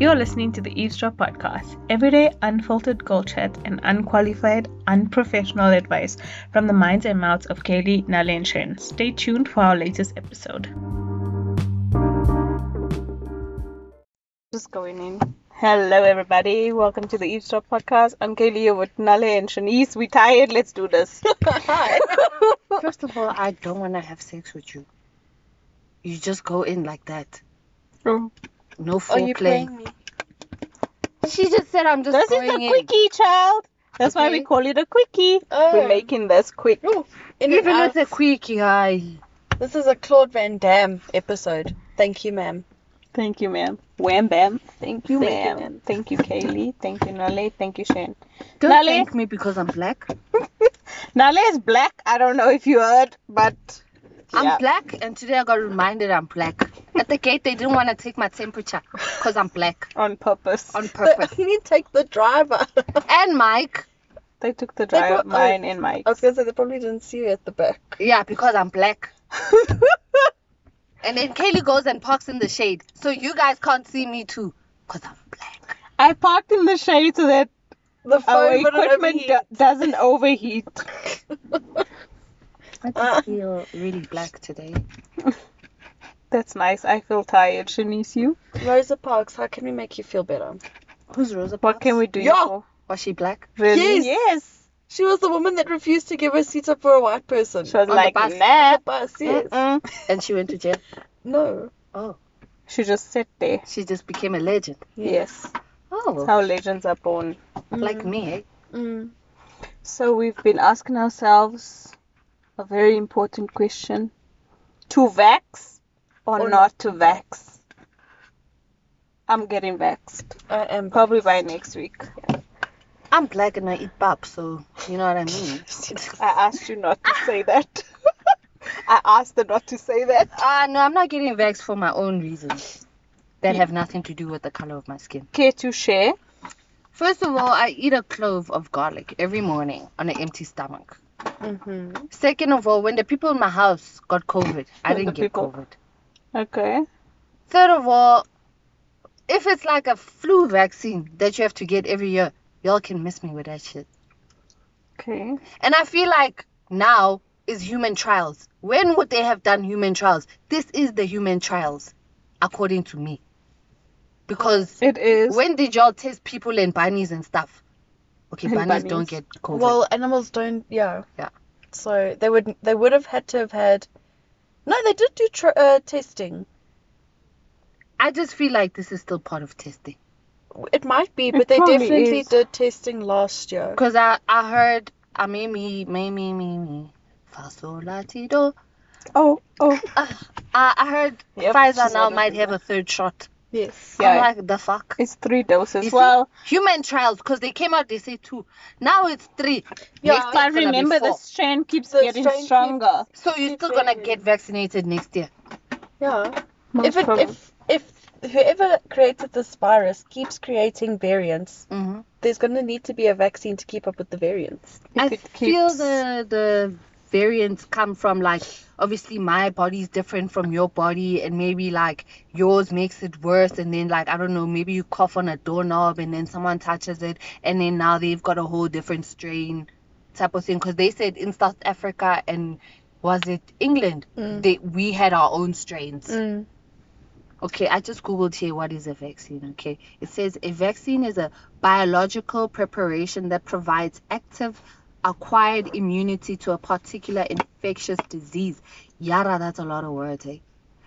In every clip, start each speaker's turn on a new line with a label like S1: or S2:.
S1: You're listening to the Eavesdrop Podcast, everyday unfiltered goal chat and unqualified, unprofessional advice from the minds and mouths of Kaylee Nale and Shen. Stay tuned for our latest episode. Just going in. Hello, everybody. Welcome to the Eavesdrop Podcast. I'm Kaylee here with Nale and Shanice. We tired. Let's do this.
S2: First of all, I don't want to have sex with you. You just go in like that.
S1: Oh.
S2: No
S3: Oh, you
S2: foreplay.
S3: playing me?
S2: She just said I'm just
S1: this is
S2: going
S1: the
S2: in.
S1: quickie, child. That's why we
S2: Okay.
S1: call it a quickie. We're
S3: Oh.
S1: making this quick.
S3: In and
S2: Even
S3: out.
S2: with a quickie, I.
S3: This is a Claude Van Damme episode. Thank you, ma'am.
S1: Thank you, ma'am. Wham bam. Thank you,
S3: Thank you,
S1: ma'am.
S3: ma'am.
S1: Thank you, Kaylee. Thank you, Nale. Thank you, Shane.
S2: Don't
S1: Nale.
S2: thank me because I'm black.
S1: Nale is black. I don't know if you heard, but yeah.
S2: I'm black, and today I got reminded I'm black. At the gate, they didn't want to take my temperature because I'm black
S1: on purpose.
S2: on
S3: I
S2: purpose.
S3: need to take the driver. I
S2: and Mike,
S1: They took the
S3: They
S1: drive
S3: brought-
S1: mine and Mike.
S3: was gonna say they probably didn't see you at the back.
S2: yeah, because I'm black. And then Kaylee goes and parks in the shade, so you guys can't see me too, cause I'm black.
S1: I parked in the shade so that
S3: The
S1: our
S3: phone wouldn't
S1: equipment
S3: overheat.
S1: do- doesn't overheat.
S2: I
S3: Ah.
S2: just feel really black today.
S1: That's nice. I feel tired. Shanice, you?
S3: Rosa Parks, how can we make you feel better?
S2: Who's Rosa?
S1: What can we do you
S3: Yeah.
S1: for?
S2: Was she black?
S1: Really?
S3: Yes. She was the woman that refused to give her seat up for a white person.
S1: She was
S2: On the
S1: like,
S2: bus.
S3: the
S1: nah.
S3: bus, yes.
S1: Mm-mm.
S2: And she went to jail.
S3: No.
S2: Oh,
S1: She just sat there.
S2: she just became a legend.
S1: Yes.
S2: Oh,
S1: How legends are born.
S2: like me, eh?
S3: Mm.
S1: So we've been asking ourselves a very important question. To vax or,
S3: Or
S1: not to vax? I'm getting vaxed.
S3: I am.
S1: Probably by next week.
S2: I'm black and I eat pap, so you know what I mean.
S1: I asked you not to say that. I asked her not to say that.
S2: Ah, no, I'm not getting vexed for my own reasons that have nothing to do with the color of my skin.
S1: Care to share?
S2: First of all, I eat a clove of garlic every morning on an empty stomach.
S3: hmm
S2: Second of all, when the people in my house got COVID, I
S1: When the
S2: didn't get
S1: people-
S2: COVID.
S1: Okay.
S2: Third of all, if it's like a flu vaccine that you have to get every year, y'all can miss me with that shit.
S1: Okay.
S2: And I feel like now is human trials. When would they have done human trials? This is the human trials, according to me. Because
S1: It is.
S2: when did y'all test people and bunnies and stuff? Okay,
S1: And
S2: bunnies, don't
S1: bunnies.
S2: get COVID.
S3: Well, animals don't. Yeah.
S2: Yeah.
S3: So they would they would have had to have had. No, they did do tr uh, testing.
S2: I just feel like this is still part of testing.
S3: It might be, but
S1: It
S3: they
S1: probably
S3: definitely
S1: is.
S3: did testing last year.
S2: Because I, I heard, I mean, me, me, me, me, me. Fasolatido.
S1: oh, oh.
S2: I, I heard
S3: Yep,
S2: Pfizer
S3: she's
S2: now
S3: older
S2: might
S3: than
S2: have a third shot.
S3: Yes.
S1: Yeah.
S2: I'm like, the fuck?
S1: It's three doses.
S2: You see?
S1: well,
S2: Human trials, because they came out, they say two. Now it's three.
S3: Yeah,
S2: Next
S1: I
S2: time it's gonna be
S1: remember the
S2: four.
S1: strain keeps
S3: The
S1: getting
S3: strain keeps-
S1: stronger.
S2: So you're still gonna get vaccinated next year.
S3: Yeah.
S1: Most
S3: If it,
S1: probably.
S3: if if whoever created this virus keeps creating variants,
S2: Mm-hmm.
S3: there's going to need to be a vaccine to keep up with the variants.
S1: If
S2: I
S1: it
S2: feel
S1: keeps-
S2: the the variants come from like obviously my body's different from your body and maybe like yours makes it worse and then like I don't know maybe you cough on a doorknob and then someone touches it and then now they've got a whole different strain type of thing because they said in South Africa and was it England
S3: Mm.
S2: they we had our own strains.
S3: Mm.
S2: Okay, I just googled here what is a vaccine, okay? It says a vaccine is a biological preparation that provides active acquired immunity to a particular infectious disease. Yara, that's a lot of words, eh?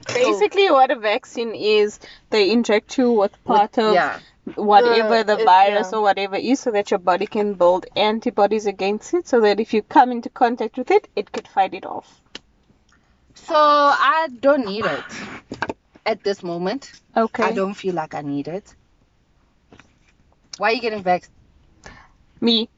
S1: Basically, what a vaccine is, they inject you with part of
S2: yeah.
S1: whatever the,
S3: The- it-
S1: virus
S3: yeah.
S1: or whatever is, so that your body can build antibodies against it, so that if you come into contact with it, it could fight it off.
S2: So I don't need it at this moment.
S1: Okay.
S2: I don't feel like I need it. Why are you getting vaxxed?
S1: Me.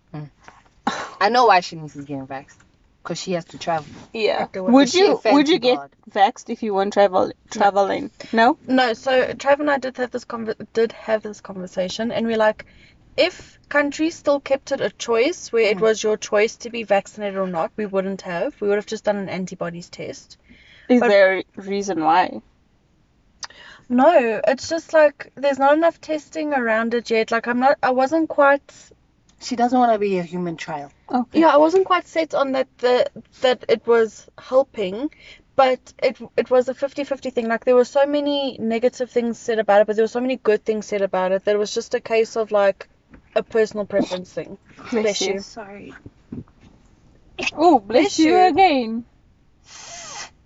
S2: I know why Shanice is getting vaxxed. Because she has to travel.
S1: Yeah.
S3: Okay, well,
S1: Would
S2: she
S1: you
S2: thank
S1: Would you get
S2: God.
S1: vaxxed if you weren't travel traveling? No.
S3: No, so Trav and I did have this conver- did have this conversation, and we're like, if countries still kept it a choice where it was your choice to be vaccinated or not, we wouldn't have. We would have just done an antibodies test.
S1: Is
S3: But-
S1: there a reason why?
S3: No, it's just like there's not enough testing around it yet. Like I'm not I wasn't quite
S2: She doesn't want to be a human trial.
S1: Okay.
S3: yeah, I wasn't quite set on that the that it was helping, but it it was a 50-50 thing. Like there were so many negative things said about it, but there were so many good things said about it that it was just a case of like a personal preference thing. Bless you.
S2: Sorry.
S1: Oh, bless
S3: you.
S1: you again.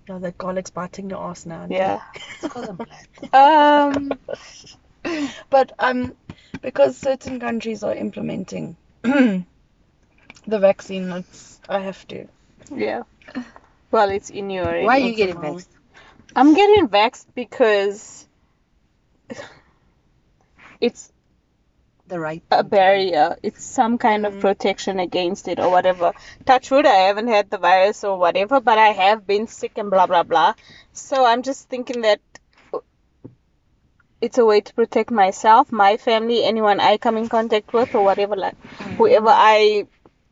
S3: No, Oh, that garlic's biting your ass now. auntie.
S1: Yeah.
S2: It's 'cause I'm black.
S1: Um.
S3: But um, because certain countries are implementing the vaccine, it's I have to.
S1: Yeah. Well, it's in your.
S2: Why are you getting vexed?
S1: I'm getting vexed because it's
S2: The right.
S1: a barrier. It's some kind of protection against it or whatever. Touch wood, I haven't had the virus or whatever, but I have been sick and blah blah blah. So I'm just thinking that it's a way to protect myself, my family, anyone I come in contact with or whatever, like whoever I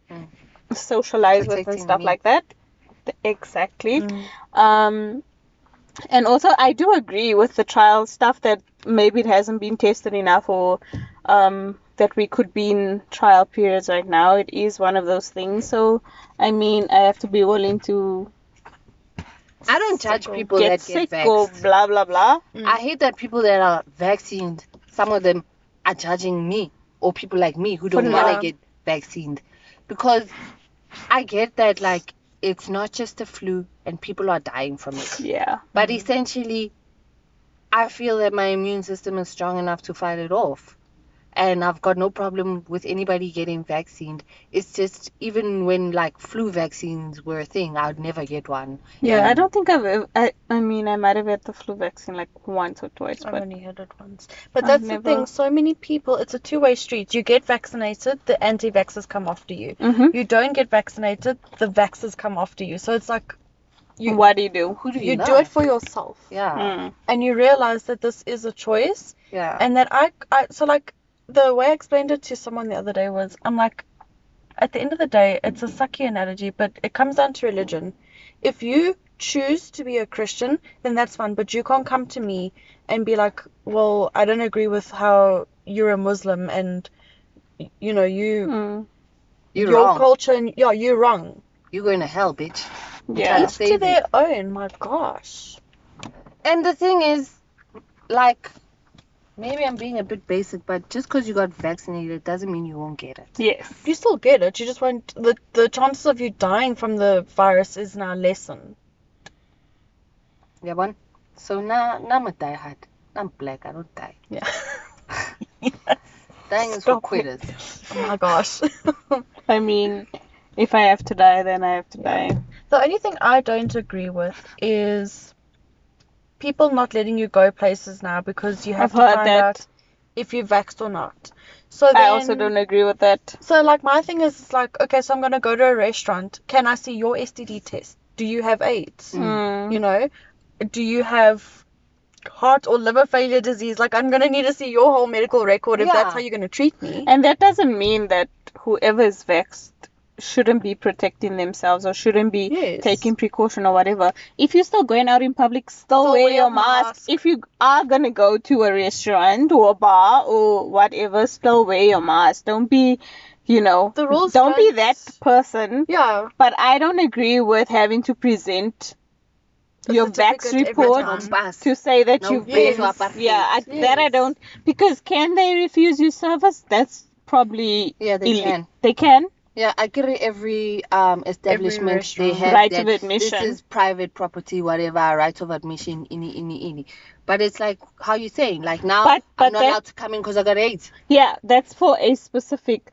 S2: Mm.
S1: socialize with and
S2: Protecting
S1: stuff
S2: me. Mm.
S1: like that. Th- Exactly. Um, and also, I do agree with the trial stuff that maybe it hasn't been tested enough or um, that we could be in trial periods right now. It is one of those things. So, I mean, I have to be willing to
S2: I don't judge
S3: Sick or
S2: people
S1: get
S2: that
S1: sick
S2: get
S1: or
S2: vexed.
S1: blah, blah, blah.
S2: I hate that people that are vaccinated, some of them are judging me or people like me who don't
S3: Put it
S2: want
S3: on.
S2: to get vaccinated. Because I get that, like, it's not just a flu and people are dying from it.
S1: Yeah.
S2: But
S3: Mm-hmm.
S2: essentially, I feel that my immune system is strong enough to fight it off. And I've got no problem with anybody getting vaccinated. It's just, even when like flu vaccines were a thing, I'd never get one.
S1: Yeah, I don't think I've ev- I, I mean, I might have had the flu vaccine like once or twice,
S3: I've
S1: but
S3: only had it once. But
S1: I've
S3: that's
S1: never-
S3: the thing. So many people, it's a two-way street. You get vaccinated, the anti-vaxxers come after you.
S1: Mhm.
S3: You don't get vaccinated, the vaxxers come after you. So it's like You- Ah.
S1: what do you do?
S2: Who do you,
S3: you do it
S2: love?
S3: for yourself,
S2: Yeah.
S1: Mm.
S3: and you realize that this is a choice,
S2: Yeah.
S3: and that I, I, so like the way I explained it to someone the other day was, I'm like, at the end of the day, it's a sucky analogy, but it comes down to religion. If you choose to be a Christian, then that's fine, but you can't come to me and be like, well, I don't agree with how you're a Muslim and y- you know you
S1: Mm.
S2: You're
S3: your
S2: wrong.
S3: culture and yeah you're wrong.
S2: You're going to hell, bitch.
S1: Yeah.
S2: Yes.
S3: Each
S2: Save
S3: to
S2: it.
S3: their own. My gosh.
S2: And the thing is, like, maybe I'm being a bit basic, but just because you got vaccinated doesn't mean you won't get it.
S1: Yes.
S3: You still get it. You just won't. The, the chances of you dying from the virus is now lessened.
S2: Yeah, one. So now, now I'm a diehard. I'm black. I don't die.
S3: Yeah.
S2: Dying is
S3: Stop
S2: for quitters.
S3: oh my gosh. the
S1: I mean, if I have to die, then I have to die.
S3: only thing I don't agree with is people not letting you go places now because you have
S1: I've heard
S3: to find
S1: that.
S3: out if you're vaxxed or not. So then,
S1: I also don't agree with that.
S3: So like my thing is it's like okay, so I'm gonna go to a restaurant. Can I see your STD test? Do you have AIDS?
S1: Mm.
S3: you know do you have heart or liver failure disease like i'm going to need to see your whole medical record if
S2: Yeah.
S3: that's how you're going to treat me
S1: And that doesn't mean that whoever is vexed shouldn't be protecting themselves or shouldn't be
S3: Yes.
S1: taking precaution or whatever. If you're still going out in public, still, wear, your mask.
S3: mask.
S1: If you are going to go to a restaurant or a bar or whatever, still wear your mask. Don't be, you know,
S3: The rules
S1: don't be
S3: don't-
S1: that person.
S3: yeah
S1: But I don't agree with having to present
S3: A
S1: your vax
S3: certificate every
S1: report
S3: time.
S1: to say that
S2: No
S1: you've
S2: yes.
S1: been yeah I, that i
S3: Yes.
S1: don't because can they refuse you service that's probably
S2: Yeah, they
S1: ille-
S2: can.
S1: they can
S2: Yeah, I get it. Every um establishment they
S3: restaurant.
S2: have
S1: Right
S2: that
S1: of admission.
S2: This is private property, whatever. Right of admission, ini ini ini. But it's like how you saying? Like now,
S1: But- but
S2: I'm not
S1: that-
S2: allowed to come in because I got AIDS.
S1: yeah that's for a specific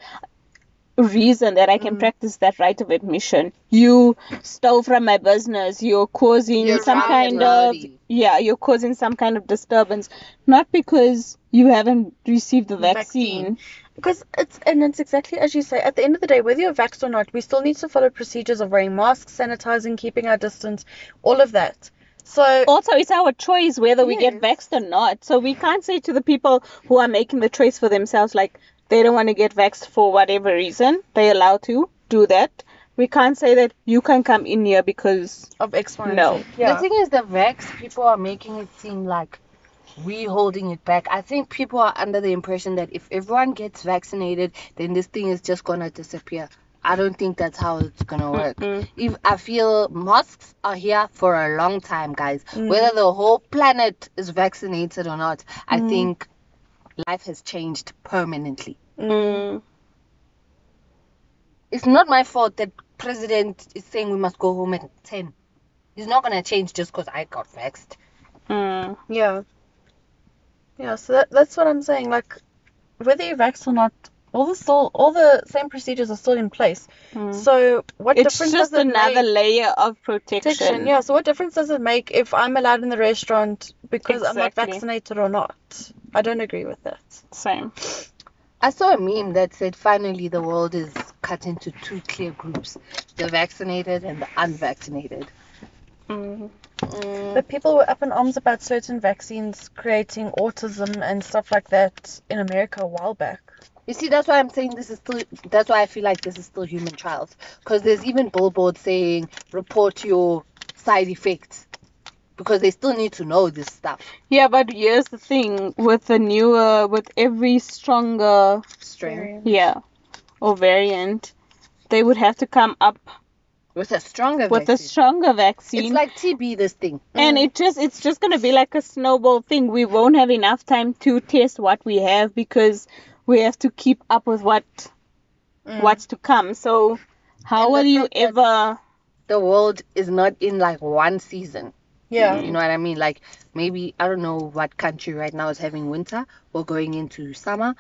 S1: reason that i can
S2: Mm.
S1: practice that right of admission you stole from my business you're causing
S2: You're
S1: some
S2: wrong
S1: kind
S2: and
S1: of
S2: rowdy.
S1: yeah you're causing some kind of disturbance not because you haven't received the
S3: Vaccine.
S1: vaccine,
S3: because it's and it's exactly as you say at the end of the day whether you're vaxxed or not we still need to follow procedures of wearing masks sanitizing keeping our distance all of that so
S1: also it's our choice whether we get
S3: Yes.
S1: vexed or not so we can't say to the people who are making the choice for themselves like they don't want to get vexed for whatever reason they're allowed to do that we can't say that you can come in here because
S3: of x y and
S1: No.
S3: Z. yeah
S2: The thing is, the vax people are making it seem like we holding it back. I think people are under the impression that if everyone gets vaccinated, then this thing is just gonna disappear. I don't think that's how it's gonna work.
S1: Mm.
S2: If I feel masks are here for a long time, guys. Whether the whole planet is vaccinated or not, I think life has changed permanently.
S1: Mm.
S2: It's not my fault that president is saying we must go home at ten. He's not gonna change just because I got vaxxed.
S1: Mm.
S3: Yeah. Yeah, so that, that's what I'm saying. Like, whether you vax or not, all the still all the same procedures are still in place. So what
S1: mm. It's
S3: difference
S1: just
S3: does it
S1: another
S3: make?
S1: layer of protection.
S3: Protection, Yeah. So what difference does it make if I'm allowed in the restaurant because I'm not
S1: Exactly.
S3: vaccinated or not? I don't agree with that.
S1: Same.
S2: I saw a meme that said finally the world is cut into two clear groups the vaccinated and the unvaccinated.
S3: Mm-hmm.
S1: Mm.
S2: Mm,
S3: But people were up in arms about certain vaccines creating autism and stuff like that in America a while back.
S2: You see, that's why I'm saying this is still, that's why I feel like this is still human trials. Because there's even billboards saying report your side effects. Because they still need to know this stuff.
S1: Yeah, but here's the thing with the newer, with every stronger,
S2: Strain.
S1: yeah, or variant, they would have to come up
S2: With a stronger
S1: with a
S2: vaccine.
S1: stronger vaccine.
S2: It's like TB, this thing.
S1: and it just it's just going to be like a snowball thing we won't have enough time to test what we have because we have to keep up with what
S3: Mm.
S1: what's to come so how
S2: Mm. And
S1: will
S2: the
S1: you
S2: fact that-
S1: ever
S2: The world is not in like one season.
S3: Yeah.
S2: You know what I mean? Like maybe I don't know what country right now is having winter or going into summer.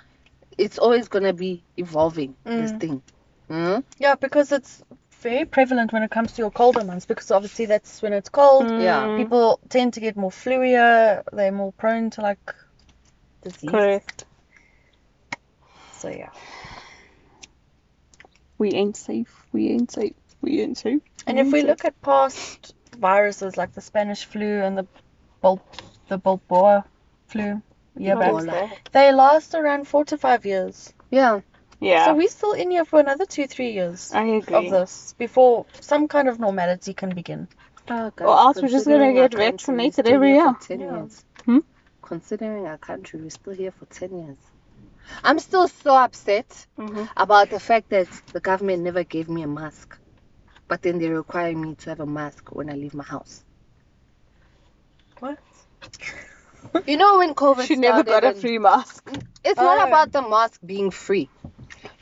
S2: It's always gonna be evolving this
S3: Mm.
S2: thing. Mm?
S3: Yeah, because it's very prevalent when it comes to your colder months because obviously that's when it's cold.
S2: Yeah.
S1: Mm,
S3: People tend to get more fluier, they're more prone to like disease.
S1: correct
S3: So yeah.
S1: we ain't safe we ain't safe we ain't safe
S3: And if we look at past viruses like the Spanish flu and the Bul- the Bulboa flu, yeah,
S2: Ebola.
S3: back, they last around four to five years.
S2: Yeah.
S1: yeah
S3: So we're still in here for another two, three years
S1: i
S3: of
S1: agree
S3: this before some kind of normality can begin.
S2: Oh,
S1: Or else we're just gonna get vaccinated every year.
S2: Ten
S3: Yeah.
S2: years.
S1: Hmm?
S2: Considering our country, we're still here for ten years. I'm still so upset
S1: Mhm.
S2: about the fact that the government never gave me a mask, but then they require me to have a mask when I leave my house.
S3: What?
S2: You know when COVID
S1: she never
S2: started
S1: got a
S2: and-
S1: free mask
S2: It's not
S3: Oh.
S2: about the mask being free.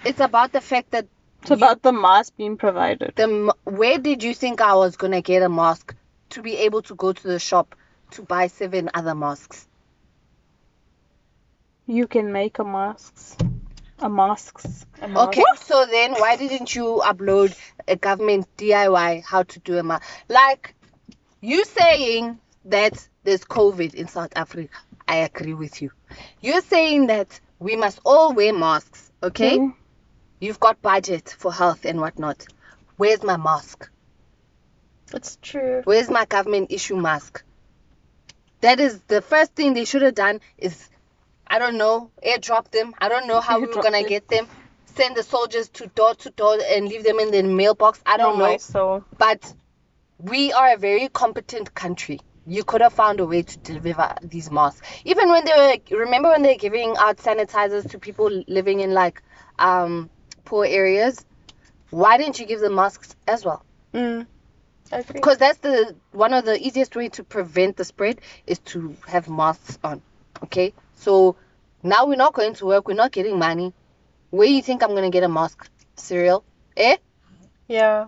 S2: It's about the fact that
S1: it's about the mask being provided
S2: the m- where did you think I was gonna get a mask to be able to go to the shop to buy seven other masks?
S1: you can make a masks a masks
S2: Okay, so then why didn't you upload a government DIY how to do a mask? Like you saying that there's COVID in South Africa. I agree with you. You're saying that we must all wear masks, okay?
S1: Mm.
S2: You've got budget for health and whatnot. Where's my mask?
S3: It's true.
S2: Where's my government issue mask? That is the first thing they should have done is I don't know, airdrop them. I don't know how we were
S1: Airdrop
S2: gonna
S1: them.
S2: get them. Send the soldiers to door to door and leave them in the mailbox. I don't
S1: Oh
S2: know.
S1: my soul
S2: But we are a very competent country. You could have found a way to deliver these masks. Even when they were remember when they're giving out sanitizers to people living in like um poor areas, why didn't you give them masks as well?
S3: Mm. I agree.
S2: because that's the one of the easiest way to prevent the spread is to have masks on okay so now we're not going to work we're not getting money where you think i'm going to get a mask cereal eh
S3: Yeah.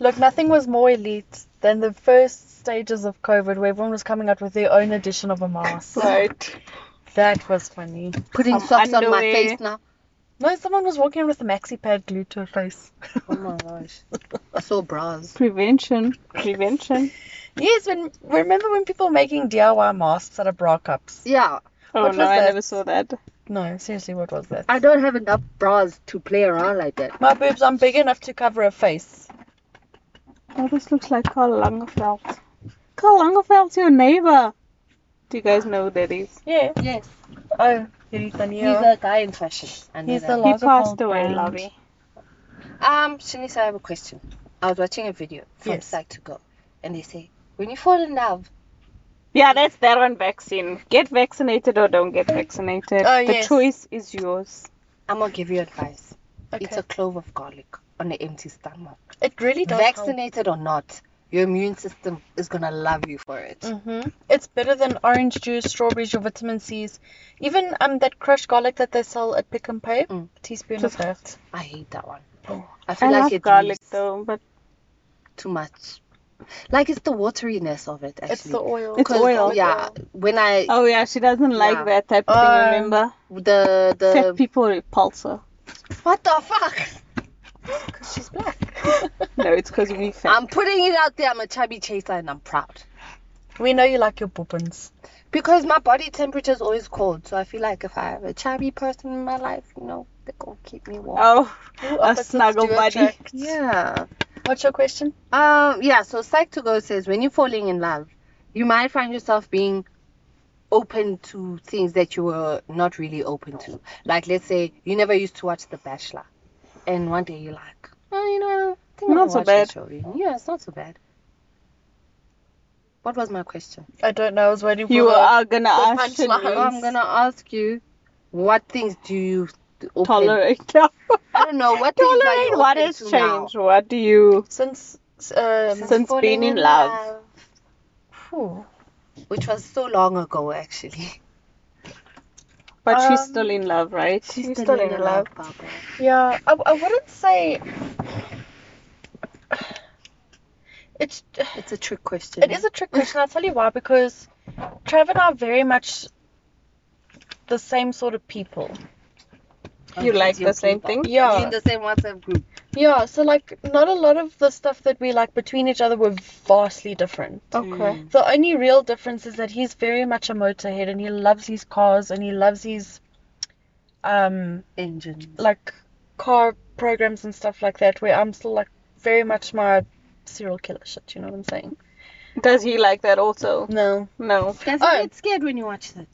S3: Look, nothing was more elite than the first stages of COVID where everyone was coming out with their own edition of a mask.
S1: right
S3: That was funny.
S2: putting
S1: Some
S2: socks on my
S1: underwear.
S2: face now
S3: No, someone was walking around with a maxi pad glued to her face.
S2: oh my gosh i saw bras
S1: prevention prevention
S3: Yes, when remember when people were making DIY masks out of bra cups?
S2: yeah
S1: oh
S3: What
S1: no
S3: was
S1: i
S3: that?
S1: never saw that
S3: No, seriously, what was that?
S2: i don't have enough bras to play around like that
S3: My boobs aren't big enough to cover a face.
S1: oh this looks like carl langerfeld carl langerfeld's your neighbor do you guys know who that is
S3: Yeah.
S2: yes
S3: Oh, he's a
S2: he's a guy in fashion I know
S3: He's
S2: that.
S3: a
S1: he
S3: Lagerfeld
S1: passed away
S3: brand.
S1: lovey
S2: Um, Shanice, I have a question. I was watching a video from
S3: Yes.
S2: Psych to Go, and they say when you fall in love,
S1: Yeah, that's that one vaccine. Get vaccinated or don't get vaccinated.
S3: Oh,
S1: the
S3: yes.
S1: choice is yours.
S2: I'm gonna give you advice. It's
S3: Okay.
S2: a clove of garlic on an empty stomach.
S3: It really does.
S2: Vaccinated or not, your immune system is gonna love you for it.
S1: Mm.
S3: hmm It's better than orange juice, strawberries, your vitamin C's, even um that crushed garlic that they sell at Pick and Pay.
S2: Mm.
S3: teaspoon
S1: Just-
S3: of that.
S2: I hate that one.
S3: Oh.
S2: I
S1: I,
S2: feel like
S1: love
S2: it's
S1: garlic though, but
S2: too much. Like it's the wateriness of it. Actually.
S3: It's the oil.
S1: It's
S2: 'Cause,
S1: oil.
S2: Yeah, when I
S1: oh yeah, she doesn't like
S2: Yeah.
S1: that type of
S3: Um,
S1: thing. Remember,
S2: the
S1: fat
S2: the
S1: people repulse her.
S2: what the fuck?
S3: Because she's black.
S1: No, it's because we fat.
S2: I'm putting it out there. I'm a chubby chaser and I'm proud
S3: we know you like your boobins.
S2: because my body temperature is always cold. So I feel like if I have a chubby person in my life, you know, they're gonna keep me warm.
S1: oh,
S3: You
S1: a
S3: opposites
S1: snuggle
S3: do
S1: buddy.
S3: attract.
S2: Yeah.
S3: What's your question?
S2: Um, yeah, so Psych to Go says when you're falling in love, you might find yourself being open to things that you were not really open to. Like, let's say you never used to watch The Bachelor, and one day you're like, oh, you know, I think I'm
S1: Not
S2: gonna
S1: so
S2: watch this
S1: bad.
S2: show again." Yeah, it's not so bad. What was my question?
S3: I don't know. I was waiting for
S1: You
S3: the-
S1: are gonna
S3: the
S1: ask
S3: punchline.
S1: Shanice
S2: Oh, I'm gonna ask you, what things do you open?
S1: tolerate.
S2: I don't know what things are you
S1: tolerate what
S2: open
S1: has
S2: to
S1: changed.
S2: now?
S1: What do you?
S3: since um,
S1: Since
S2: falling
S1: being in love.
S3: phew.
S2: love, which was so long ago actually.
S1: But she's
S3: Um,
S1: still in love, right?
S3: She's still in love.
S2: Barbara.
S3: Yeah, I, I wouldn't say it's.
S2: It's a trick question.
S3: It is a trick question. eh? I'll tell you why. Because Trav and I are very much the same sort of people.
S1: You like the same thing?
S3: Yeah.
S2: in the same WhatsApp group.
S3: Yeah. So like, not a lot of the stuff that we like between each other were vastly different.
S2: Mm.
S1: Okay.
S3: The only real difference is that he's very much a motorhead and he loves his cars and he loves his um
S2: Engine.
S3: like car programs and stuff like that where I'm still like very much my serial killer shit, you know what I'm saying?
S1: Does he like that also?
S3: No.
S1: No.
S2: Does
S3: Oh.
S2: he get scared when you watch that?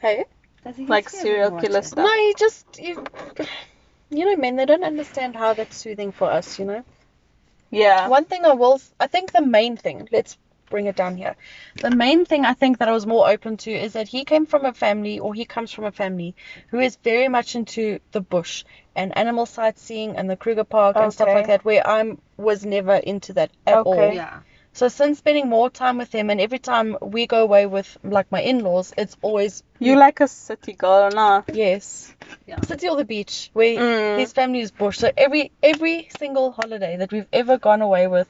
S3: Hey?
S2: Does he get
S1: Like
S2: scared
S1: serial
S2: when you
S1: killer
S2: watch
S1: stuff.
S3: No, he just you, you know men, they don't understand how that's soothing for us, you know.
S1: Yeah.
S3: One thing I will I think the main thing, let's bring it down here. The main thing I think that I was more open to is that he came from a family or he comes from a family who is very much into the bush and animal sightseeing and the Kruger Park and stuff like
S1: Okay.
S3: that where I'm was never into that at
S2: it?
S1: Okay.
S3: all.
S2: Yeah.
S3: So since spending more time with him and every time we go away with like my in-laws, it's always
S1: You like a city girl or not?
S3: yes.
S2: Yeah.
S3: City or the beach where
S1: Mm.
S3: his family is bush. So every every single holiday that we've ever gone away with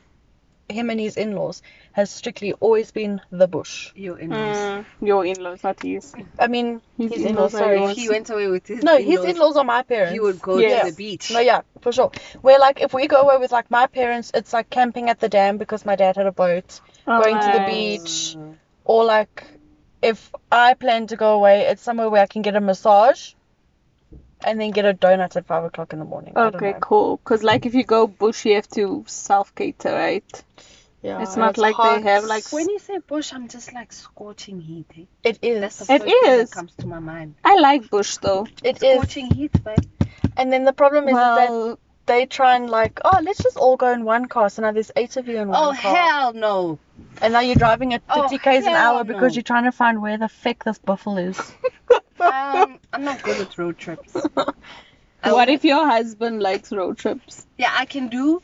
S3: him and his in-laws has strictly always been the bush.
S2: Your in-laws.
S1: Mm, your in-laws, not his.
S3: I mean,
S1: His
S3: His in-laws are
S1: yours.
S2: If he went away with his
S3: no,
S2: in-laws,
S3: his in-laws are my parents.
S2: he would go
S1: Yes.
S2: to the beach.
S3: No, yeah, for sure. Where like if we go away with like my parents, it's like camping at the dam because my dad had a boat. going to the
S1: Alright.
S3: beach.
S2: Mm.
S3: Or like if I plan to go away, it's somewhere where I can get a massage and then get a donut at five o'clock in the morning. I don't
S1: Okay,
S3: know.
S1: cool. Because like if you go bush, you have to self cater, right?
S3: Yeah,
S1: It's
S3: and
S1: not like they
S3: hot.
S1: have, like,
S2: When you say bush, I'm just like scorching heat. Eh?
S3: it
S2: That's the
S1: It
S3: is.
S2: first thing that
S1: is.
S2: comes to my mind.
S1: I like bush though.
S3: It is.
S2: Scorching heat, but
S3: And then the problem is, is that
S1: Well,
S3: they try and like, oh, let's just all go in one car. So now there's eight of you in one
S2: oh
S3: car.
S2: hell no!
S3: And now you're driving at
S2: Oh,
S3: 50 k's an
S2: hell
S3: hour because
S2: no.
S3: you're trying to find where the feck this buffalo is.
S2: Um, I'm not good with road trips. I
S1: what if your husband likes road trips?
S2: Yeah, I can do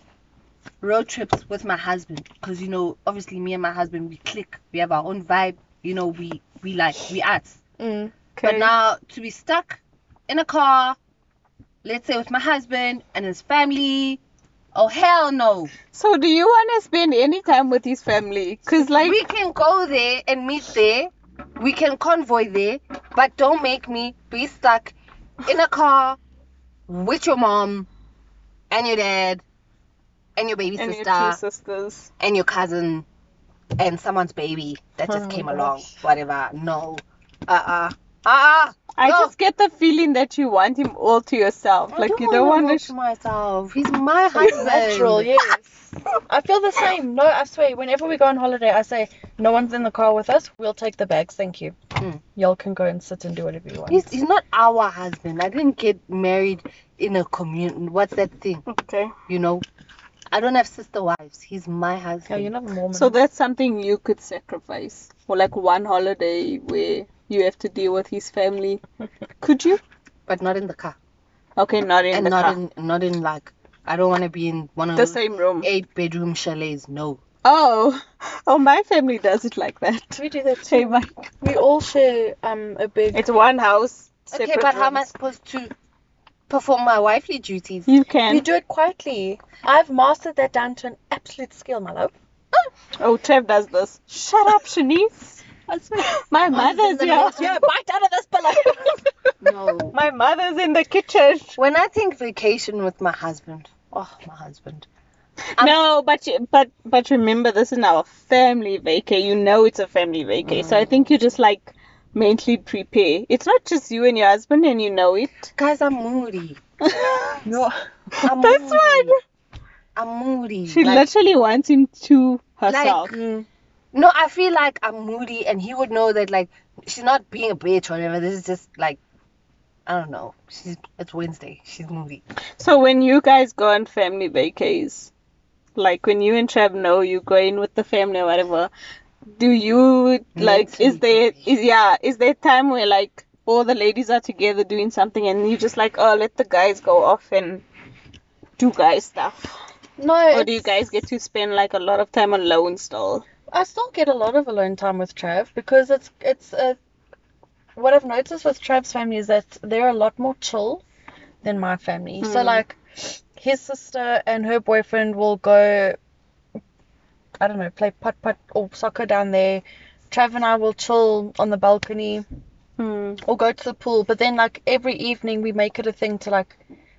S2: road trips with my husband because you know, obviously, me and my husband we click, we have our own vibe. You know, we we like we arts.
S3: Mm.
S2: But now to be stuck in a car, let's say with my husband and his family. Oh hell no!
S1: So do you want to spend any time with his family? Cause like
S2: we can go there and meet there. We can convoy there, but don't make me be stuck in a car with your mom and your dad and your baby
S1: and
S2: sister.
S1: your two sisters.
S2: and your cousin and someone's baby that
S1: Oh
S2: just came along, whatever. No. Uh uh-uh. uh.
S1: I
S2: No.
S1: just get the feeling that you want him all to yourself. like you don't want to.
S2: to myself. He's my husband.
S3: Natural, yes. I feel the same. No, I swear, whenever we go on holiday, I say, no one's in the car with us. We'll take the bags, thank you.
S2: Mm.
S3: Y'all can go and sit and do whatever you want.
S2: He's, he's not our husband. I didn't get married in a commun. What's that thing?
S1: okay.
S2: You know, I don't have sister wives. He's my husband.
S3: Yeah, you're not Mormon.
S1: So that's something you could sacrifice for like one holiday where you have to deal with his family. could you?
S2: but not in the car.
S1: Okay, not in
S2: and
S1: the
S2: not
S1: car.
S2: in not in like I don't want to be in one of
S1: the
S2: those
S1: same room.
S2: eight bedroom chalets. No.
S1: Oh, oh, my family does it like that.
S3: we do that too.
S1: Hey, Mike.
S3: We all share um a big.
S1: It's one house. Separate
S2: okay, but how am I
S1: rooms.
S2: supposed to perform my wifely duties?
S1: You can.
S3: You do it quietly. I've mastered that down to an absolute skill, my love.
S1: Oh, Trev does this. Shut up, Shanice.
S3: I swear.
S2: Oh,
S1: My mother's here.
S3: yeah, bite out of this pillow.
S2: No.
S1: My mother's in the kitchen.
S2: when I think vacation with my husband, oh my husband. I'm-
S1: no, but you, but but remember, this is now a family vacay. You know it's a family vacay, so
S2: Mm.
S1: I think you just like mentally prepare. It's not just you and your husband, and you know it.
S2: Guys, I'm moody.
S3: no.
S2: I'm
S1: That's
S2: moody.
S1: why
S2: I'm moody.
S1: she
S2: Like-
S1: literally wants him to herself.
S3: Mm.
S2: No, I feel like I'm moody, and he would know that. Like, she's not being a bitch or whatever. This is just like, I don't know. She's it's Wednesday. She's moody.
S1: so when you guys go on family vacays, like when you and Trev know you go in with the family or whatever, do you like?
S2: Mentally
S1: Is there
S2: prepare.
S1: is yeah? Is there time where like all the ladies are together doing something, and you just like oh let the guys go off and do guy stuff?
S3: No.
S1: Or do you
S3: it's-
S1: guys get to spend like a lot of time alone still?
S3: I still get a lot of alone time with Trav because it's it's a. What I've noticed with Trav's family is that they're a lot more chill than my family. So like, his sister and her boyfriend will go. I don't know, play putt putt or soccer down there. Trav and I will chill on the balcony. or go to the pool. But then like every evening we make it a thing to like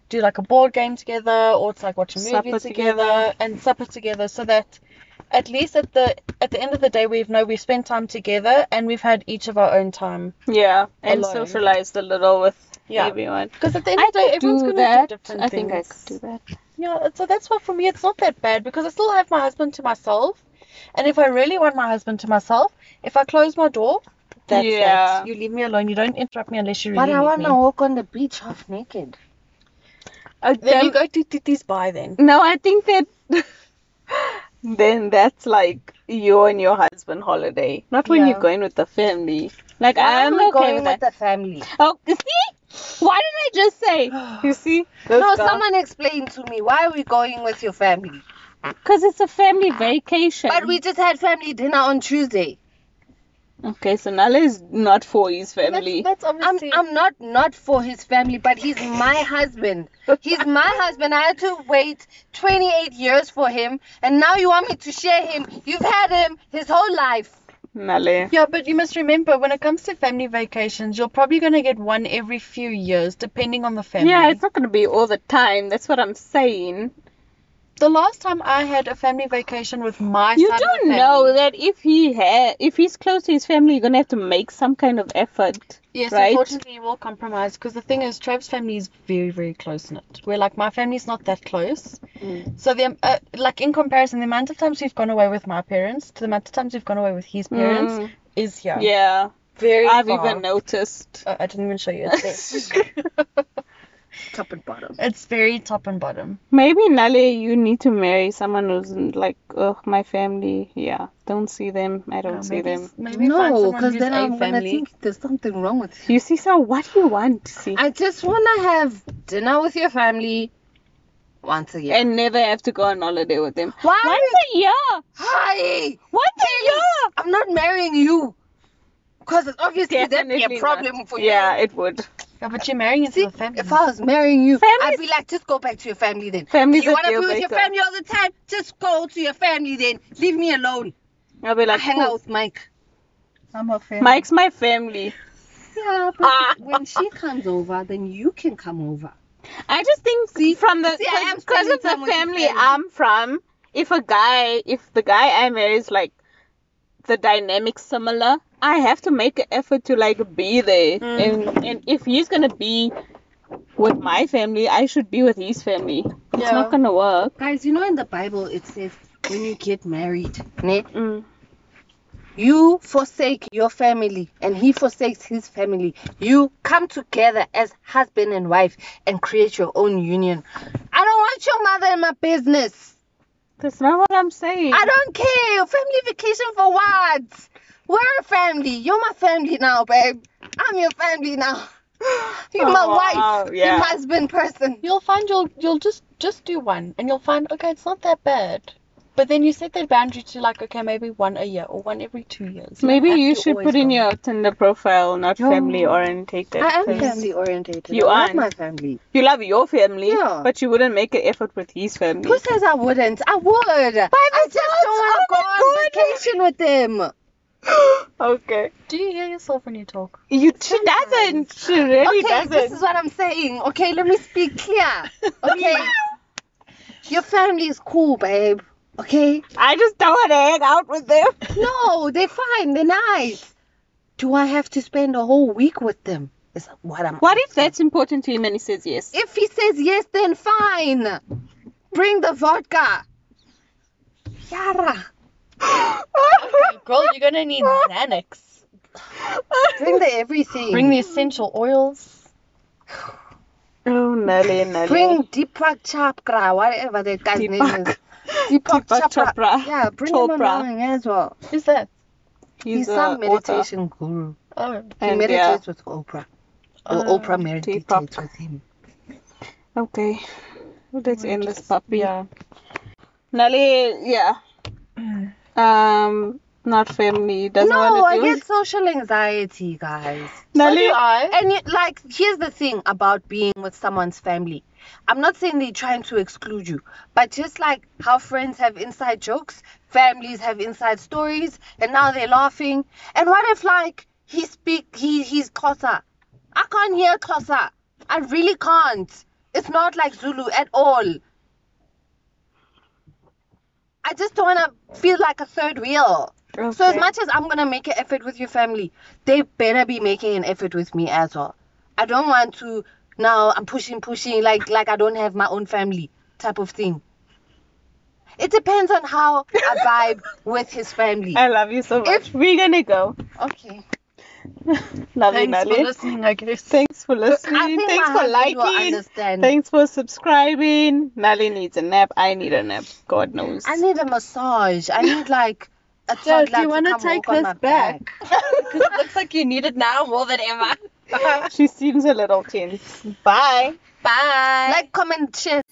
S3: do like a board game together or to like watch a movie
S1: Supper
S3: together,
S1: together.
S3: and supper together so that at least at the at the end of the day we've know we've spent time together and we've had each of our own time.
S1: Yeah, and
S3: Alone.
S1: socialized a little with
S3: Yeah.
S1: everyone.
S3: Because at the end of the day everyone's gonna do different
S1: I
S3: things.
S1: think I could do that.
S3: Yeah, so that's why for me it's not that bad because I still have my husband to myself. And if I really want my husband to myself, if I close my door, that's
S1: Yeah.
S3: that. You leave me alone. You don't interrupt me unless you really
S2: But I
S3: need
S2: want
S3: me.
S2: to walk on the beach half naked.
S1: Oh,
S3: Then you go to Titi's by then.
S1: No, I think that then that's like you and your husband holiday, not when you're
S2: Yeah.
S1: going with the family. Like
S2: Why
S1: I'm
S2: am I
S1: okay
S2: going
S1: with
S2: with
S1: that.
S2: the family.
S1: Oh, you see, why did I just say? You see, this
S2: no,
S1: girl.
S2: someone explain to me why are we going with your family?
S1: because it's a family vacation.
S2: Ah, But we just had family dinner on Tuesday.
S1: Okay, so Nala is not for his family.
S3: That's, that's
S2: I'm
S3: obviously.
S2: I'm not not for his family, but he's my husband. He's my husband. I had to wait 28 years for him, and now you want me to share him? You've had him his whole life.
S1: Nala.
S3: Yeah, but you must remember when it comes to family vacations, you're probably going to get one every few years, depending on the family.
S1: Yeah, it's not going to be all the time. That's what I'm saying.
S3: the last time I had a family vacation with my
S1: you
S3: side of
S1: do
S3: the
S1: know
S3: family-
S1: that if he ha- if he's close to his family, you're going to have to make some kind of effort.
S3: Yes,
S1: right?
S3: unfortunately, you will compromise because the thing is, Trav's family is very, very close in it. Where like my family's not that close,
S1: Mm.
S3: so the uh, like in comparison, the amount of times we've gone away with my parents to the amount of times we've gone away with his parents
S1: Mm.
S3: is yeah,
S1: Yeah,
S3: very
S1: I've
S3: far.
S1: even noticed.
S3: Oh, I didn't even show you. It's, there.
S2: Top and bottom.
S3: it's very top and bottom.
S1: Maybe Nale, you need to marry someone who's like, ugh, my family. Yeah, don't see them. I don't
S3: Yeah,
S1: see
S3: maybe-
S1: them.
S3: Maybe find
S2: No,
S3: someone
S2: because
S3: who's
S2: then
S3: a
S2: I'm gonna
S3: family.
S2: think there's something wrong with
S1: You see, so what do you want? See,
S2: I just wanna have dinner with your family once a year.
S1: and never have to go on holiday with them.
S2: Why?
S1: Once a year.
S2: Hi!
S1: Once a year.
S2: I'm not marrying you. Because obviously that'd be
S1: Definitely
S2: a problem
S1: not.
S2: for you.
S1: Yeah, it would.
S3: Yeah, but you're marrying into
S2: See,
S3: the family.
S2: if I was marrying you, I'd
S1: Families-
S2: be like, just go back to your family then.
S1: Families
S2: you
S1: are
S2: want to
S1: deal
S2: be with your
S1: breaker.
S2: family all the time? Just go to your family then. Leave me alone.
S1: I'll be
S2: I
S1: like,
S2: hang
S1: "Cool.
S2: out with Mike.
S3: I'm a family.
S1: Mike's my family.
S2: Yeah, but when she comes over, then you can come over.
S1: I just think from the
S2: See, I
S1: because
S2: am
S1: of
S2: spending
S1: the
S2: time with his
S1: family
S2: family.
S1: I'm from, if a guy, if the guy I marry is like the dynamic similar, I have to make an effort to like be there,
S2: Mm.
S1: and and if he's gonna be with my family, I should be with his family. It's
S3: Yeah.
S1: not gonna work.
S2: Guys, you know in the Bible it says when you get married, ne,
S1: Mm.
S2: you forsake your family and he forsakes his family. You come together as husband and wife and create your own union. I don't want your mother in my business.
S1: That's not what I'm saying.
S2: I don't care. Family vacation for what? We're a family. You're my family now, babe. I'm your family now. You're my
S1: Oh, wow,
S2: wife.
S1: yeah.
S2: Your husband person.
S3: You'll find you'll you'll just just do one, and you'll find okay, it's not that bad. But then you set that boundary to like okay, maybe one a year or one every two years.
S1: Maybe
S2: have
S1: you
S2: to
S1: should
S2: always
S1: put in
S2: go.
S1: your Tinder profile, not
S2: No.
S1: family oriented.
S2: I am
S1: 'cause
S2: family oriented.
S1: You
S2: I
S1: are.
S2: love my family.
S1: You love your family,
S2: Yeah.
S1: but you wouldn't make an effort with his family.
S2: Who says I wouldn't? I would. I just don't
S1: oh
S2: want to go on vacation with them.
S1: okay.
S3: Do you hear yourself when you talk?
S1: You she doesn't. She really
S2: okay,
S1: doesn't.
S2: this is what I'm saying. Okay, let me speak clear. Okay. Your family is cool, babe. Okay?
S1: I just don't want to hang out with them.
S2: No, they're fine. They're nice. Do I have to spend a whole week with them? Is what I'm.
S1: What if that's important to him and he says yes?
S2: If he says yes, then fine. Bring the vodka. Yara.
S3: Girl, you're gonna need Xanax.
S2: Bring the everything.
S3: Bring the essential oils.
S1: Oh, Nelly, Nelly.
S2: Bring Deepak Chopra, whatever that guy's name is.
S1: Deepak.
S2: Deepak,
S1: Deepak Chopra.
S2: Yeah, bring him
S1: Chopra.
S2: along as well.
S3: Who's that?
S2: He's,
S1: a
S2: some
S1: author.
S2: meditation guru.
S3: Oh,
S2: He
S1: And, yeah. Uh,
S2: meditates with Oprah. Or
S3: Oh,
S2: Oprah meditates
S1: Deepak.
S2: with him.
S1: Okay. Let's end this puppy.
S3: yeah.
S1: Nelly, yeah.
S3: hmm.
S1: Um, not family. Doesn't
S2: no,
S1: want
S2: I
S1: to do.
S2: get social anxiety, guys.
S3: So
S1: Nelly,
S3: do I.
S2: And yet, like, here's the thing about being with someone's family. I'm not saying they're trying to exclude you, but just like how friends have inside jokes, families have inside stories, and now they're laughing. And what if like he speak he he's Xhosa? I can't hear Xhosa. I really can't. It's not like Zulu at all. I just don't wanna feel like a third wheel. So as
S1: Okay.
S2: much as I'm gonna make an effort with your family, they better be making an effort with me as well. I don't want to now I'm pushing, pushing like like I don't have my own family type of thing. It depends on how I vibe with his family.
S1: I love you so much. We're gonna go.
S2: Okay.
S1: Love you,
S3: Thanks for
S1: Nelly.
S3: listening, I guess.
S1: Thanks for listening.
S2: I think
S1: Thanks
S2: my
S1: for
S2: husband will
S1: liking.
S2: understand.
S1: Thanks for subscribing. Nelly needs a nap. I need a nap. God knows.
S2: I need a massage. I need like a
S3: So,
S2: toddler
S3: do you want
S2: to
S3: to
S2: come
S3: take
S2: walk on
S3: this
S2: my
S3: back? Because it looks like you need it now more than ever. Bye.
S1: she seems a little tense. Bye.
S2: Like, comment, share.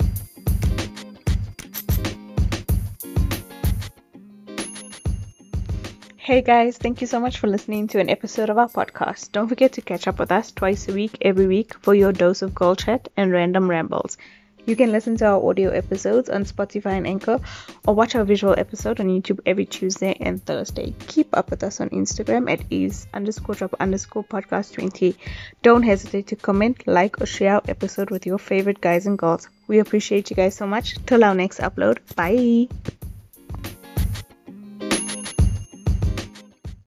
S1: Hey guys, thank you so much for listening to an episode of our podcast. Don't forget to catch up with us twice a week, every week, for your dose of girl chat and random rambles. You can listen to our audio episodes on Spotify and Anchor, or watch our visual episode on YouTube every Tuesday and Thursday. Keep up with us on Instagram at is underscore drop underscore podcast 20. Don't hesitate to comment, like, or share our episode with your favorite guys and girls. We appreciate you guys so much. Till our next upload. Bye.